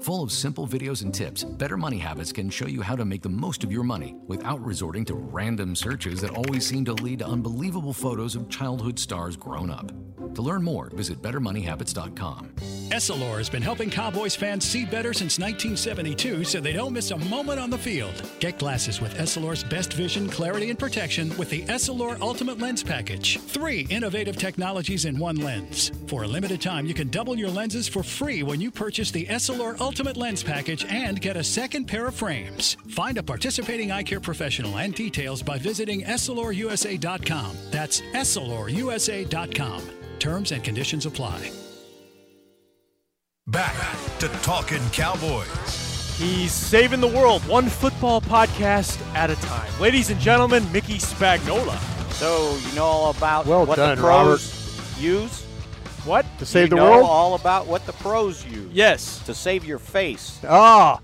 Full of simple videos and tips, Better Money Habits can show you how to make the most of your money without resorting to random searches that always seem to lead to unbelievable photos of childhood stars grown up. To learn more, visit BetterMoneyHabits.com. Essilor has been helping Cowboys fans see better since 1972 so they don't miss a moment on the field. Get glasses with Essilor's best vision, clarity, and protection with the Essilor Ultimate Lens Package. Three innovative technologies in one lens. For a limited time, you can double your lenses for free when you purchase the Essilor Ultimate Lens Package and get a second pair of frames. Find a participating eye care professional and details by visiting EssilorUSA.com. That's EssilorUSA.com. Terms and conditions apply. Back to Talking Cowboys. He's saving the world one football podcast at a time. Ladies and gentlemen, Mickey Spagnola. So you know all about Well what done, the pros use. What To save you the know world? All about what the pros use. Yes. To save your face. Ah,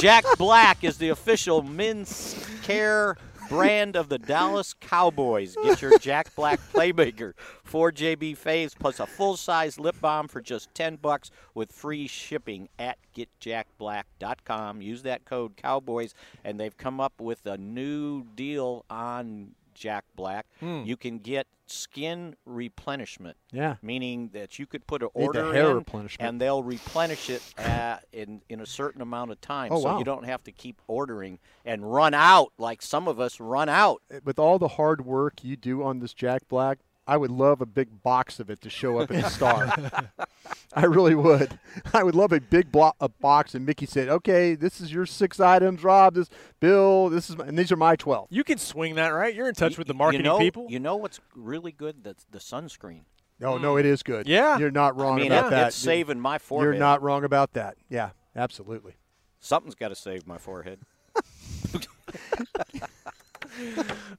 Jack Black is the official men's care brand of the Dallas Cowboys. Get your Jack Black Playmaker, four JB faves, plus a full-size lip balm for just ten bucks with free shipping at getjackblack.com. Use that code Cowboys, and they've come up with a new deal on Jack Black. Hmm. You can get skin replenishment. Yeah. meaning that you could put an Need the order hair in, replenishment. and they'll replenish it uh, in in a certain amount of time, Oh, so wow. you don't have to keep ordering and run out like some of us run out. Eh, with all the hard work you do on this Jack Black, I would love a big box of it to show up at the star. I really would. I would love a big blo- a box. And Mickey said, "Okay, this is your six items, Rob. This Bill. This is my, and these are my 12. You can swing that, right? You're in touch You- with the marketing you know, people. You know what's really good? The the sunscreen. No, no, it is good. Yeah. you're not wrong Mm. I mean, about it- that. it's saving my You're forehead. not wrong about that. Yeah, absolutely. Something's got to save my forehead.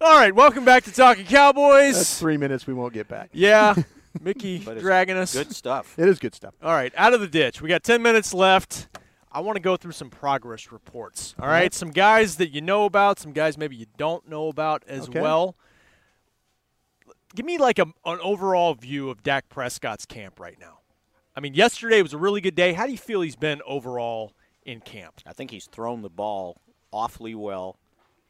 All right, welcome back to Talking Cowboys. That's three minutes we won't get back. Yeah, Mickey But it's dragging us. good stuff. It is good stuff. All right, out of the ditch. We got 10 minutes left. I want to go through some progress reports. All right, some guys that you know about, some guys maybe you don't know about as Okay. well. Give me like a, an overall view of Dak Prescott's camp right now. I mean, yesterday was a really good day. How do you feel he's been overall in camp? I think he's thrown the ball awfully well,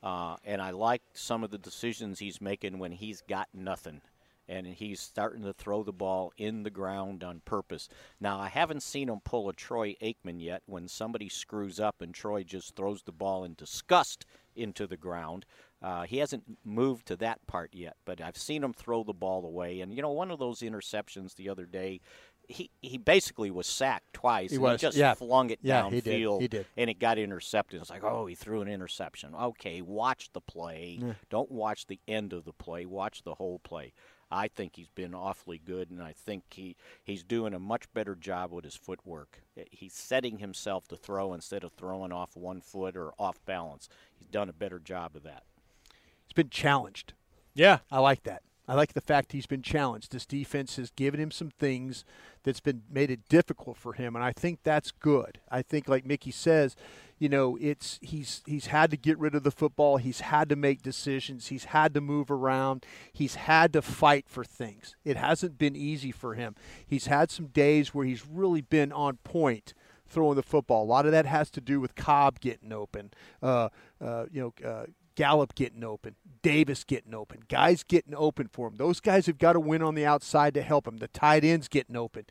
uh, and I like some of the decisions he's making when he's got nothing, and he's starting to throw the ball in the ground on purpose. Now I haven't seen him pull a Troy Aikman yet when somebody screws up and Troy just throws the ball in disgust into the ground. Uh, he hasn't moved to that part yet, but I've seen him throw the ball away. And you know, one of those interceptions the other day, he he basically was sacked twice. He and was, he just yeah. flung it Yeah, downfield he did. He did. and it got intercepted. It's like, oh, he threw an interception. Okay, watch the play. Yeah. Don't watch the end of the play. Watch the whole play. I think he's been awfully good, and I think he, he's doing a much better job with his footwork. Eh, He's setting himself to throw instead of throwing off one foot or off balance. He's done a better job of that. He's been challenged. Yeah. I like that. I like the fact he's been challenged. This defense has given him some things that's been made it difficult for him, and I think that's good. I think, like Mickey says, you know, it's he's he's had to get rid of the football. He's had to make decisions. He's had to move around. He's had to fight for things. It hasn't been easy for him. He's had some days where he's really been on point throwing the football. A lot of that has to do with Cobb getting open. Uh, uh, you know. Uh, Gallup getting open, Davis getting open, guys getting open for him. Those guys have got to win on the outside to help him. The tight ends getting open.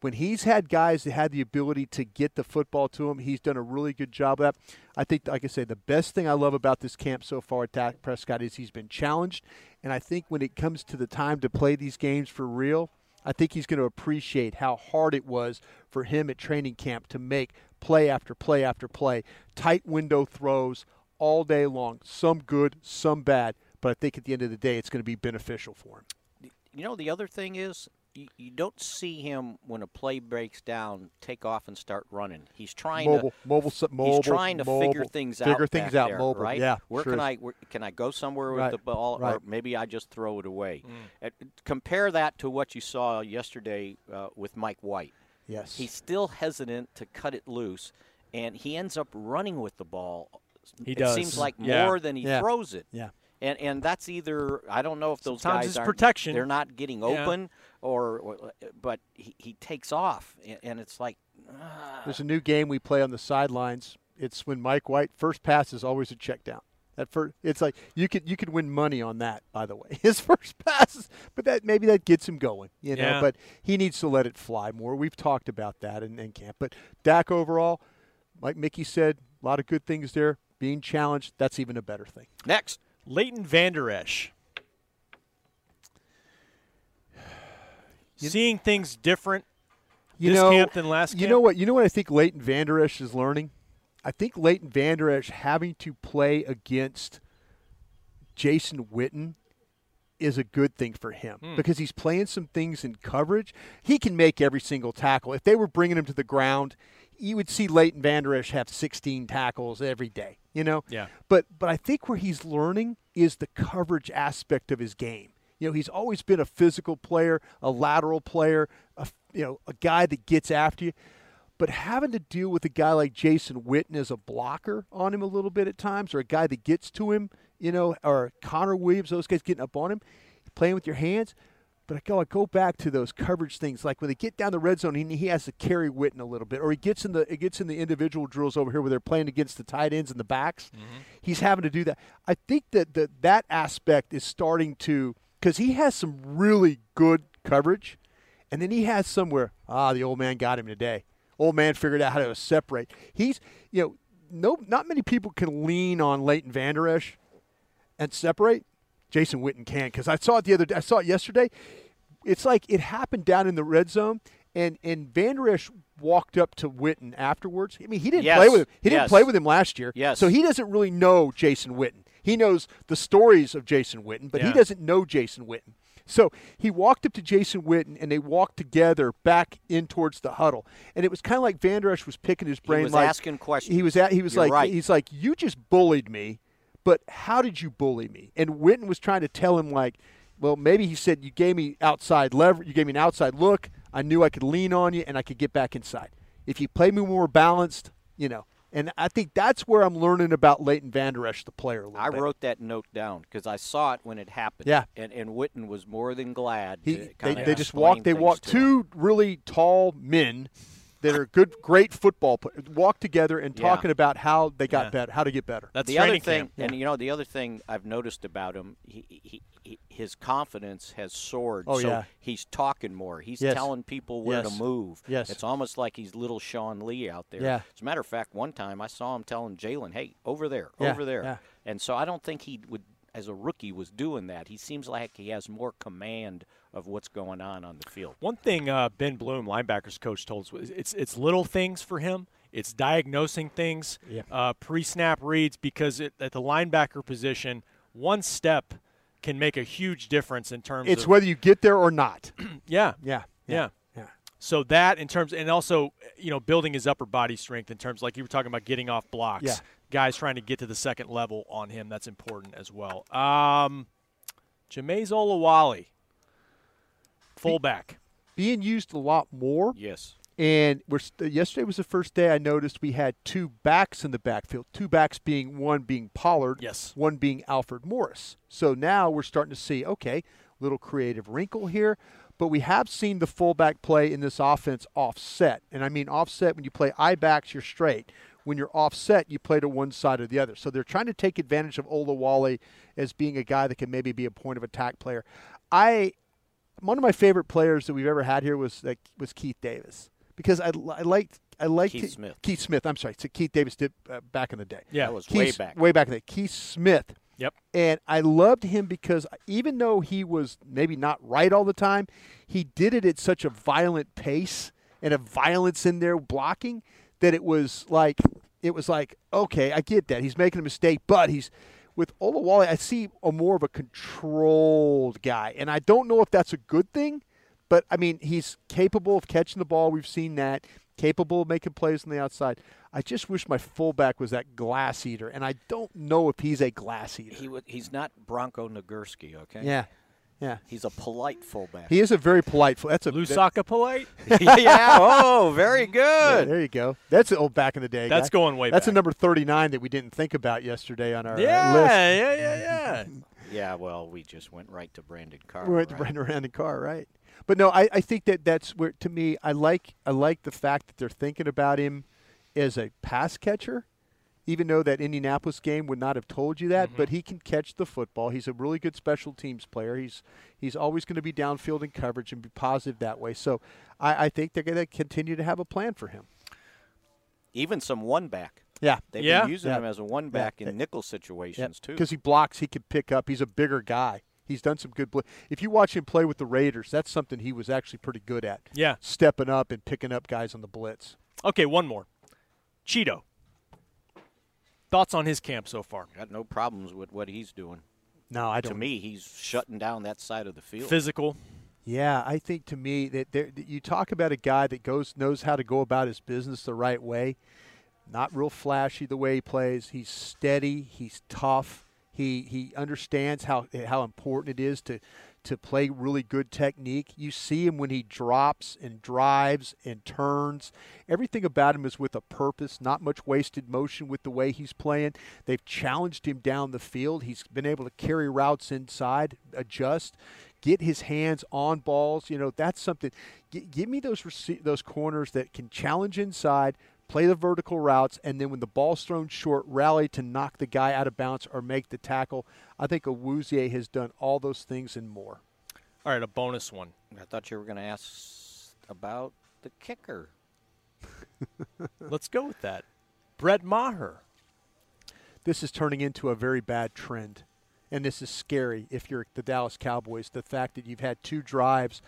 When he's had guys that had the ability to get the football to him, he's done a really good job of that. I think, like I say, the best thing I love about this camp so far at Dak Prescott is he's been challenged. And I think when it comes to the time to play these games for real, I think he's going to appreciate how hard it was for him at training camp to make play after play after play, tight window throws, all day long, some good, some bad, but I think at the end of the day, it's going to be beneficial for him. You know, the other thing is you, you don't see him when a play breaks down take off and start running. He's trying Mobile, to mobile, so- mobile, He's trying to mobile, figure things out. figure things back out, there, mobile, right? yeah, Where sure can is. I where, can I go somewhere with Right, the ball, or right. Mm. maybe I just throw it away? Uh, compare that to what you saw yesterday uh, with Mike White. Yes. he's still hesitant to cut it loose, and he ends up running with the ball. He it does. seems like Yeah. more than he Yeah. throws it. Yeah. And, and that's either I don't know if those Sometimes guys it's are protection. They're not getting Yeah. open, or, or- but he, he takes off, and, and it's like There's a new game we play on the sidelines. It's when Mike White first pass is always a check down. That first, it's like you could you could win money on that. By the way, his first passes, but that maybe that gets him going, you know. Yeah. But he needs to let it fly more. We've talked about that in, in camp. But Dak overall, like Mickey said, a lot of good things there. Being challenged, that's even a better thing. Next, Leighton Vander Esch. Seeing things different you this know, camp than last camp. You know what? You know what I think Leighton Vander Esch is learning. I think Leighton Vander Esch having to play against Jason Witten is a good thing for him Hmm. because he's playing some things in coverage. He can make every single tackle. If they were bringing him to the ground, you would see Leighton Vander Esch have 16 tackles every day. You know, Yeah. but but I think where he's learning is the coverage aspect of his game. You know, he's always been a physical player, a lateral player, a you know, a guy that gets after you. But having to deal with a guy like Jason Witten as a blocker on him a little bit at times, or a guy that gets to him, you know, or Connor Williams, those guys getting up on him, playing with your hands. But I go, I go back to those coverage things. Like when they get down the red zone, he, he has to carry Witten a little bit, or he gets in the he gets in the individual drills over here where they're playing against the tight ends and the backs. He's having to do that. I think that the, that aspect is starting to because he has some really good coverage, and then he has somewhere ah the old man got him today. Old man figured out how to separate. He's you know no not many people can lean on Leighton Vander Esch and separate, Jason Witten can because I saw it the other day. I saw it yesterday. It's like it happened down in the red zone, and and Vander Esch walked up to Witten afterwards. I mean, he didn't Yes. play with him. He didn't Yes. play with him last year. Yes. So he doesn't really know Jason Witten. He knows the stories of Jason Witten, but he Yeah. doesn't know Jason Witten. So he walked up to Jason Witten, and they walked together back in towards the huddle, and it was kind of like Vander Esch was picking his brain, was like asking questions. He was at, he was You're like right. he's like you just bullied me, but how did you bully me? And Witten was trying to tell him like, well, maybe he said you gave me outside lever, you gave me an outside look. I knew I could lean on you and I could get back inside. If you play me more balanced, you know. And I think that's where I'm learning about Leighton Vander Esch, the player. A little I bit. wrote that note down because I saw it when it happened. Yeah. And and Witten was more than glad. He, to they, kinda they just explain walked. They things walked to two really tall men that are good, great football players. Walked together and Yeah. talking about how they got better, how to get better. the other thing, and you know, the other thing I've noticed about him, he, he, he his confidence has soared. Oh, so yeah. he's talking more. He's Yes. telling people where Yes. to move. Yes. it's almost like he's little Sean Lee out there. Yeah. As a matter of fact, one time I saw him telling Jalen, "Hey, over there, Yeah, over there," yeah. and so I don't think he would, as a rookie, was doing that. He seems like he has more command of what's going on on the field. One thing uh, Ben Bloom, linebackers coach, told us was it's it's little things for him. It's diagnosing things, Yeah. uh, pre-snap reads, because it, at the linebacker position, one step can make a huge difference in terms It's of whether you get there or not. yeah. Yeah. Yeah, yeah, Yeah. yeah. So that in terms and also, you know, building his upper body strength in terms like you were talking about getting off blocks. Yeah. Guys trying to get to the second level on him, that's important as well. Um Jameis Olawale. Fullback. being used a lot more. Yes. And we're st- yesterday was the first day I noticed we had two backs in the backfield. Two backs being one being Pollard, yes, one being Alfred Morris. So now we're starting to see okay, little creative wrinkle here, but we have seen the fullback play in this offense offset, and I mean offset when you play I backs, you're straight. When you're offset, you play to one side or the other. So they're trying to take advantage of Olawale as being a guy that can maybe be a point of attack player. I one of my favorite players that we've ever had here was like, was Keith Davis because I, li- I liked I liked Keith Smith. Keith Smith. I'm sorry, so Keith Davis did uh, back in the day. Yeah. That was way Keith- back. way back in the day. Keith Smith. Yep. And I loved him because even though he was maybe not right all the time, he did it at such a violent pace and a violence in their blocking that it was like it was like okay, I get that he's making a mistake, but he's with Olawale. I see a more of a controlled guy, and I don't know if that's a good thing. But I mean, he's capable of catching the ball. We've seen that. Capable of making plays on the outside. I just wish my fullback was that glass eater, and I don't know if he's a glass eater. He wa he's not Bronco Nagurski, okay? Yeah, yeah. He's a polite fullback. He is a very polite. full- That's a Lusaka polite. Yeah, oh, very good. there you go. That's the old back in the day. That's guy. going way That's back. a number thirty-nine that we didn't think about yesterday on our uh, yeah, list. yeah, yeah, yeah. Yeah, well, we just went right to Brandon Carr. We went to right? Brandon around the car, right? But no, I, I think that that's where to me I like I like the fact that they're thinking about him as a pass catcher, even though that Indianapolis game would not have told you that. Mm-hmm. But he can catch the football. He's a really good special teams player. He's he's always going to be downfield in coverage and be positive that way. So I, I think they're going to continue to have a plan for him. Even some one back. Yeah. They've Yeah. been using Yeah. him as a one back Yeah. in nickel situations, too. Because he blocks, he can pick up. He's a bigger guy. He's done some good play. If you watch him play with the Raiders, that's something he was actually pretty good at. Yeah. Stepping up and picking up guys on the blitz. Okay, one more. Cheeto. Thoughts on his camp so far? Got no problems with what he's doing. No, I To don't- me, he's shutting down that side of the field. Physical. Yeah, I think to me that, there, that you talk about a guy that goes knows how to go about his business the right way. Not real flashy the way he plays. He's steady. He's tough. He he understands how how important it is to to play really good technique. You see him when he drops and drives and turns. Everything about him is with a purpose. Not much wasted motion with the way he's playing. They've challenged him down the field. He's been able to carry routes inside, adjust get his hands on balls. You know, that's something. G- give me those rece- those corners that can challenge inside, play the vertical routes, and then when the ball's thrown short, rally to knock the guy out of bounds or make the tackle. I think Awuzie has done all those things and more. All right, a bonus one. I thought you were going to ask about the kicker. Let's go with that. Brett Maher. This is turning into a very bad trend. And this is scary if you're the Dallas Cowboys. The fact that you've had two drives,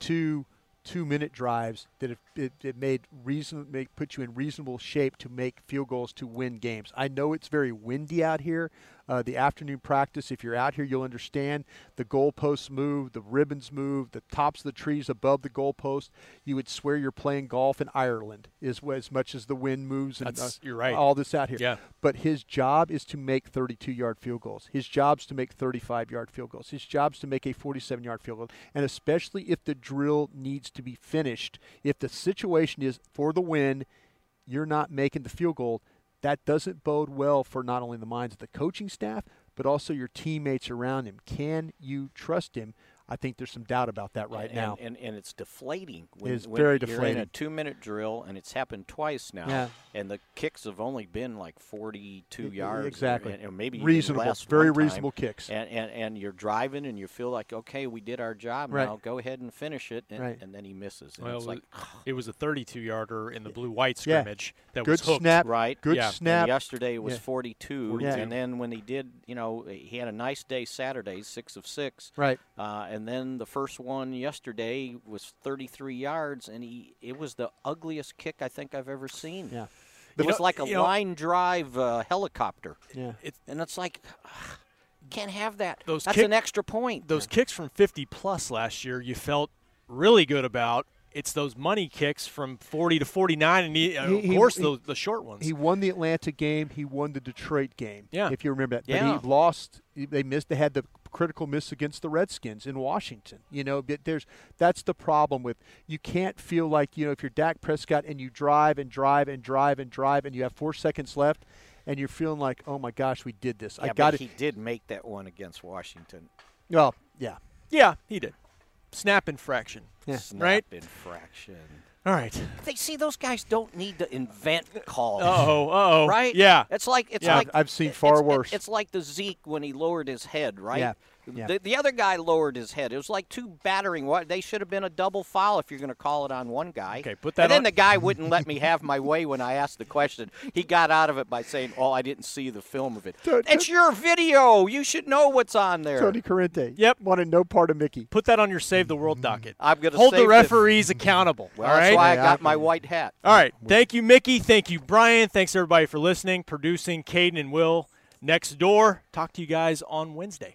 two two-minute drives that have it, it made reason make, put you in reasonable shape to make field goals to win games. I know it's very windy out here. Uh, the afternoon practice, if you're out here, you'll understand the goalposts move, the ribbons move, the tops of the trees above the goalpost. You would swear you're playing golf in Ireland, is as much as the wind moves and uh, That's- you're right. all this out here. Yeah. But his job is to make 32 yard field goals. His job's to make 35 yard field goals. His job's to make a 47 yard field goal. And especially if the drill needs to be finished, if the situation is for the win, you're not making the field goal. That doesn't bode well for not only the minds of the coaching staff, but also your teammates around him. Can you trust him? I think there's some doubt about that right and, now. And, and it's deflating. When, is when very You're in a deflating. two minute drill, and it's happened twice now. Yeah. And the kicks have only been like 42 E- e- yards. exactly. And, or maybe even Reasonable, less one very time. reasonable kicks. And, and, and you're driving, and you feel like, okay, we did our job Right. now. Go ahead and finish it. And, Right. and then he misses. And Well, it's like, it was a 32 yarder in the blue white Yeah. scrimmage that Good was hooked. snap, right? yeah. And yesterday it was Yeah. 42, 42. and then when he did, you know, he had a nice day Saturday, six of six. Right. Uh, and then the first one yesterday was 33 yards, and he it was the ugliest kick I think I've ever seen. Yeah. It You was know- like a you know- line drive uh, helicopter. Yeah. and it's like Can't have that. Those That's kick- an extra point. Those kicks from 50 plus last year, you felt really good about. It's those money kicks from 40 to 49, and he, uh, He- of he- course he- those the short ones. He won the Atlanta game. He won the Detroit game. Yeah. if you remember that. Yeah. But he lost. They missed. They had the critical miss against the Redskins in Washington. You know, but there's that's the problem with you can't feel like you know if you're Dak Prescott and you drive and drive and drive and drive and you have four seconds left, and you're feeling like oh my gosh we did this. Yeah, I got but it. He did make that one against Washington. well, yeah. yeah, he did. Snap infraction. Snap Right? infraction. All right. They see those guys don't need to invent calls. Uh-oh, uh-oh. Right? Yeah. It's like it's Yeah. like I've- I've seen it's- far it's- worse. It's like the Zeke when he lowered his head, right? Yeah, yeah. The, the other guy lowered his head. It was like two battering. What they should have been a double foul if you're going to call it on one guy. Okay, put that And then on- the guy wouldn't let me have my way when I asked the question. He got out of it by saying, "Oh, I didn't see the film of it." It's your video. You should know what's on there. Tony Corrente. Yep. Wanted no part of Mickey. Put that on your Save the World docket. Mm-hmm. I'm gonna Hold the save referees accountable. Well, all right? that's why I got my white hat. All right. Thank you, Mickey. Thank you, Brian. Thanks, everybody, for listening, producing, Caden and Will. Next door. Talk to you guys on Wednesday,